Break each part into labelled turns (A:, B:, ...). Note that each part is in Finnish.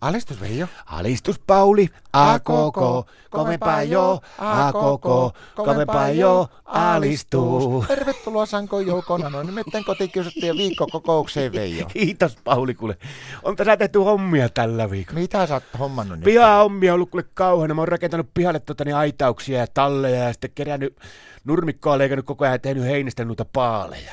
A: Alistus Veijo.
B: Alistus Pauli, a koko, komempaa jo, a koko, komempaa jo, alistuu.
A: Tervetuloa Sanko Joukona, no nimittäin kotikiusattujen viikkokokoukseen Veijo.
B: Kiitos Pauli, kuule. On tässä tehty hommia tällä viikolla.
A: Mitä sä oot hommannut nyt?
B: Piha hommia on ollut kuule kauheana. Mä oon rakentanut pihalle tota, niin aitauksia ja talleja ja sitten kerännyt nurmikkoa, leikannut koko ajan ja tehnyt heinistä noita paaleja.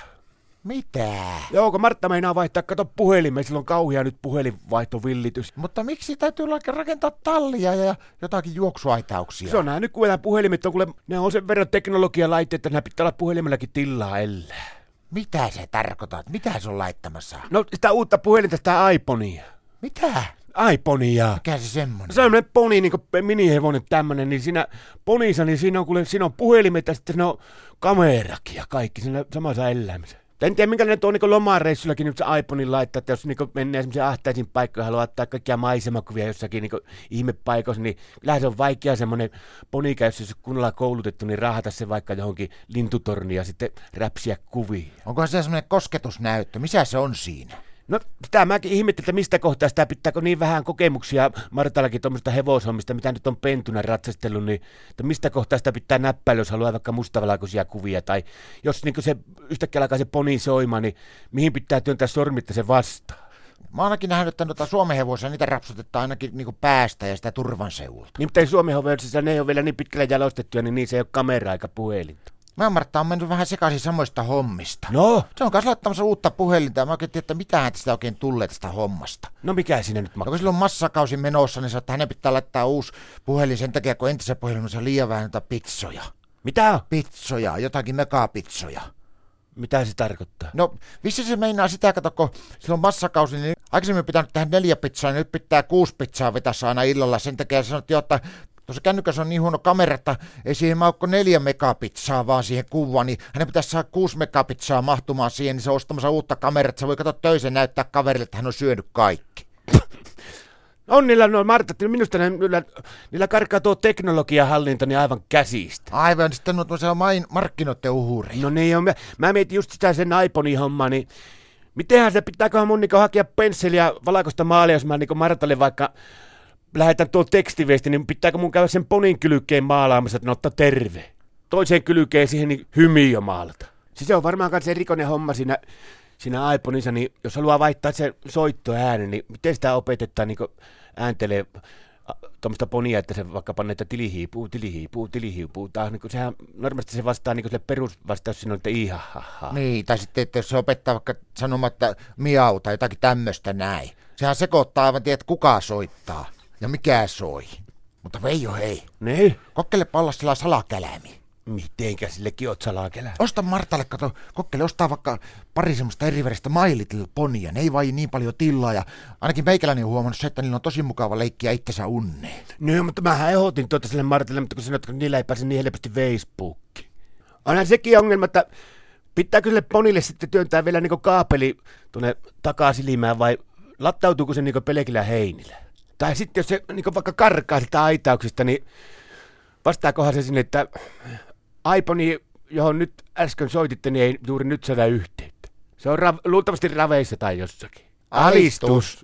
A: Mitä?
B: Joo, kun Martta meinaa vaihtaa, kato puhelimeen, sillä on kauhea nyt puhelinvaihtovillitys.
A: Mutta miksi täytyy la- rakentaa tallia ja jotakin juoksuaitauksia?
B: Se on nämä nykyään puhelimet, on kuule, ne on sen verran teknologialaitteita, että nämä pitää olla puhelimellakin tilaa ellei.
A: Mitä sä tarkoitat? Mitä se on laittamassa?
B: No sitä uutta puhelinta, sitä iPonea.
A: Mitä?
B: iPonea.
A: Mikä se semmonen?
B: Se on semmonen poni, niin minihevonen tämmönen, niin siinä ponissa, niin siinä on, kuule, siinä on puhelimet ja sitten siinä on kamerakin ja kaikki siinä samassa elämässä. En tiedä, minkälainen tuo niin lomareissullakin nyt se iPonein laittaa, että jos niin menee semmoisiin ahtaisiin paikkoihin ja haluaa ottaa kaikkia maisemakuvia jossakin niin ihmepaikoissa, niin kyllähän se on vaikea semmoinen ponika, jos ei se ole kunnolla koulutettu, niin rahata se vaikka johonkin lintutorniin ja sitten räpsiä kuvia.
A: Onko se semmoinen kosketusnäyttö? Missä se on siinä?
B: No sitä mäkin ihmettelin, että mistä kohtaa sitä pitääkö niin vähän kokemuksia Martallakin tuommoista hevoshommista, mitä nyt on pentuna ratsastellut, niin että mistä kohtaa sitä pitää näppäillä, jos haluaa vaikka mustavalkoisia kuvia, tai jos niin se yhtäkkiä alkaa se poni soimaan, niin mihin pitää työntää sormitta se vastaan.
A: Mä oon ainakin nähnyt, että noita Suomen hevosia, niitä rapsutetaan ainakin niinku päästä ja sitä turvan seulta.
B: Niin mutta ei Suomen hovelsissa, ne ei ole vielä niin pitkällä jalostettuja, niin niissä ei ole kameraa eikä puhelinta.
A: Mä ja Martta on mennyt vähän sekaisin samoista hommista.
B: No,
A: Se on kanssa laittamassa uutta puhelinta ja mä oikein tiedä, että mitähän sitä oikein tulee tästä hommasta.
B: no mikä siinä nyt
A: Ja
B: maksaa?
A: kun sillä on massakausi menossa, niin sanoo, että hänen pitää laittaa uusi puhelin sen takia, kun entisessä puhelimessa on liian vähän noita pitsoja.
B: Mitä?
A: Pitsoja, jotakin megapitsoja.
B: Mitä se tarkoittaa?
A: No, vissi se meinaa sitä, kato, kun sillä on massakausi, niin aikaisemmin pitänyt tehdä neljä pizzaa, niin nyt pitää kuusi pizzaa vetässä aina illalla. Sen takia sanottiin, että tuossa kännykässä on niin huono kamera, että ei siihen maukko neljä megapizzaa vaan siihen kuvaan, niin hänen pitäisi saada kuusi megapizzaa mahtumaan siihen, niin se on ostamassa uutta kameraa, että se voi katsoa töisen ja näyttää kaverille, että hän on syönyt kaikki.
B: On niillä noin Martat, niin minusta ne, niillä, niillä karkaa tuo teknologiahallinta niin aivan käsistä.
A: Aivan, sitten on tuossa main markkinoiden uhuri.
B: No niin, joo, mä, mä mietin just sitä sen iPonin hommaa, niin mitenhän se pitääköhän mun niinku hakea pensseliä valkoista maalia, jos mä niinku Martalle vaikka lähetän tuon tekstiviesti, niin pitääkö mun käydä sen ponin kylkeen maalaamassa, että no ottaa terve. Toiseen kylkeen siihen niin hymiö maalata. Siis se on varmaan myös se rikonen homma siinä, siinä iPhoneissa, niin jos haluaa vaihtaa sen soittoäänen, niin miten sitä opetetaan niin ääntelee tuommoista ponia, että se vaikka panee, että tilihiipuu, tilihiipuu, tilihiipuu. Tää, niin sehän normaalisti se vastaa niin sille perusvastaus, siinä on, että ihahaha.
A: Niin, tai sitten, että jos se opettaa vaikka sanomatta miau tai jotakin tämmöistä näin. Sehän sekoittaa aivan tiedät, kuka soittaa ja mikä soi. Mutta Veijo, hei,
B: Niin.
A: kokkele olla sillä salakälämi.
B: Mitenkä sillekin oot salakelä?
A: Osta Martalle, kato, kokkele ostaa vaikka pari semmoista eri väristä My Little Ponya. Ne ei vain niin paljon tilaa ja ainakin meikäläinen on huomannut se, että niillä on tosi mukava leikkiä itsensä unneen.
B: No, mutta mä ehdotin tuota sille Martille, mutta kun sanoit, että niillä ei pääse niin helposti Facebookiin. Onhan sekin ongelma, että pitääkö sille ponille sitten työntää vielä niin kaapeli tuonne takasilimään vai lattautuuko se niin pelkillä heinillä? Tai sitten jos se niin vaikka karkaa sitä aitauksista, niin vastaakohan se sinne, että iPhone, johon nyt äsken soititte, niin ei juuri nyt saada yhteyttä. Se on ra- luultavasti raveissa tai jossakin.
A: Alistus.